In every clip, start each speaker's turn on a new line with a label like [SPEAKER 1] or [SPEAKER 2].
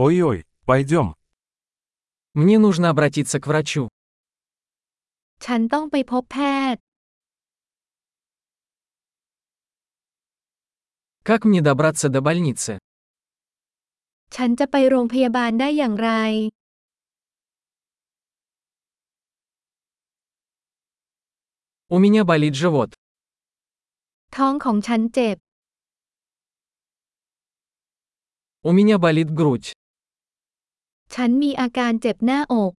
[SPEAKER 1] Ой-ой, пойдем.
[SPEAKER 2] Мне нужно обратиться к врачу.
[SPEAKER 3] ฉันต้องไปพบแพทย์
[SPEAKER 2] Как мне добраться до больницы?
[SPEAKER 3] ฉันจะไปโรงพยาบาลได้อย่างไร
[SPEAKER 2] У меня болит живот.
[SPEAKER 3] ท้องของฉันเจ็บ
[SPEAKER 2] У меня болит грудь.
[SPEAKER 3] ฉันมีอาการเจ็บหน้าอก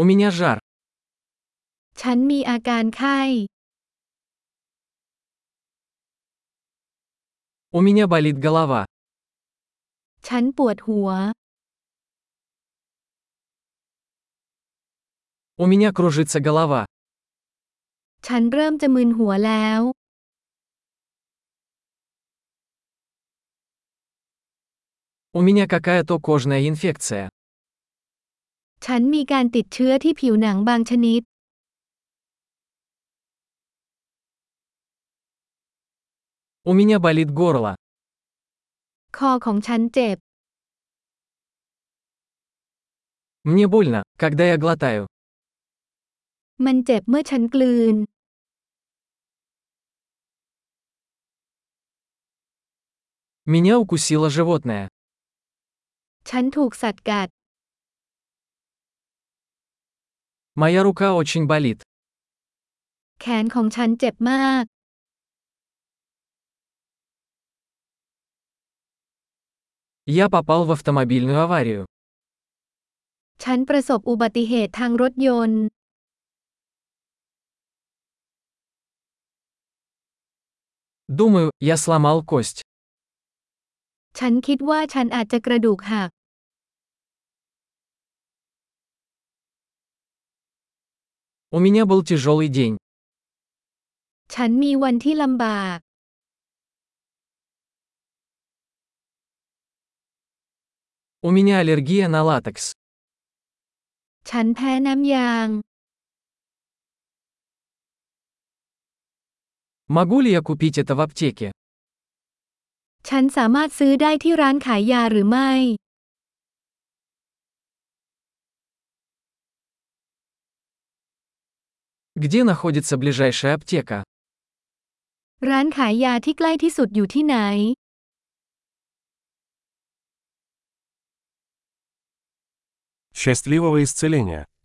[SPEAKER 2] У меня жар.
[SPEAKER 3] ฉันมีอาการไข้
[SPEAKER 2] У меня болит голова.
[SPEAKER 3] ฉันปวดหัว
[SPEAKER 2] У меня кружится голова.
[SPEAKER 3] ฉันเริ่มจะมึนหัวแล้ว
[SPEAKER 2] У меня какая-то кожная инфекция.
[SPEAKER 3] ฉันมีการติดเชื้อที่ผิวหนังบางชนิด
[SPEAKER 2] У меня болит горло.
[SPEAKER 3] คอของฉันเจ็บ
[SPEAKER 2] Мне больно, когда я глотаю.
[SPEAKER 3] มันเจ็บเมื่อฉันกลืน
[SPEAKER 2] Меня укусило животное.
[SPEAKER 3] ฉันถูกสัตว์กัด
[SPEAKER 2] Моя рука очень болит.
[SPEAKER 3] แขนของฉันเจ็บมาก
[SPEAKER 2] Я попал в автомобильную аварию.
[SPEAKER 3] ฉันประสบอุบัติเหตุทางรถยนต์
[SPEAKER 2] Думаю, я сломал кость.
[SPEAKER 3] ฉันคิดว่าฉันอาจจะกระดูกหัก
[SPEAKER 2] У меня был тяжелый день.
[SPEAKER 3] ฉันมีวันที่ลำบาก
[SPEAKER 2] У меня аллергия на латекс.
[SPEAKER 3] ฉันแพ้น้ำยาง
[SPEAKER 2] Могу ли я купить это в аптеке?
[SPEAKER 3] ฉันสามารถซื้อได้ที่ร้านขายยาหรือไม่
[SPEAKER 2] Где находится ближайшая аптека?
[SPEAKER 3] ร้านขายยาที่ใกล้ที่สุดอยู่ที่ไหน
[SPEAKER 1] Счастливого исцеления!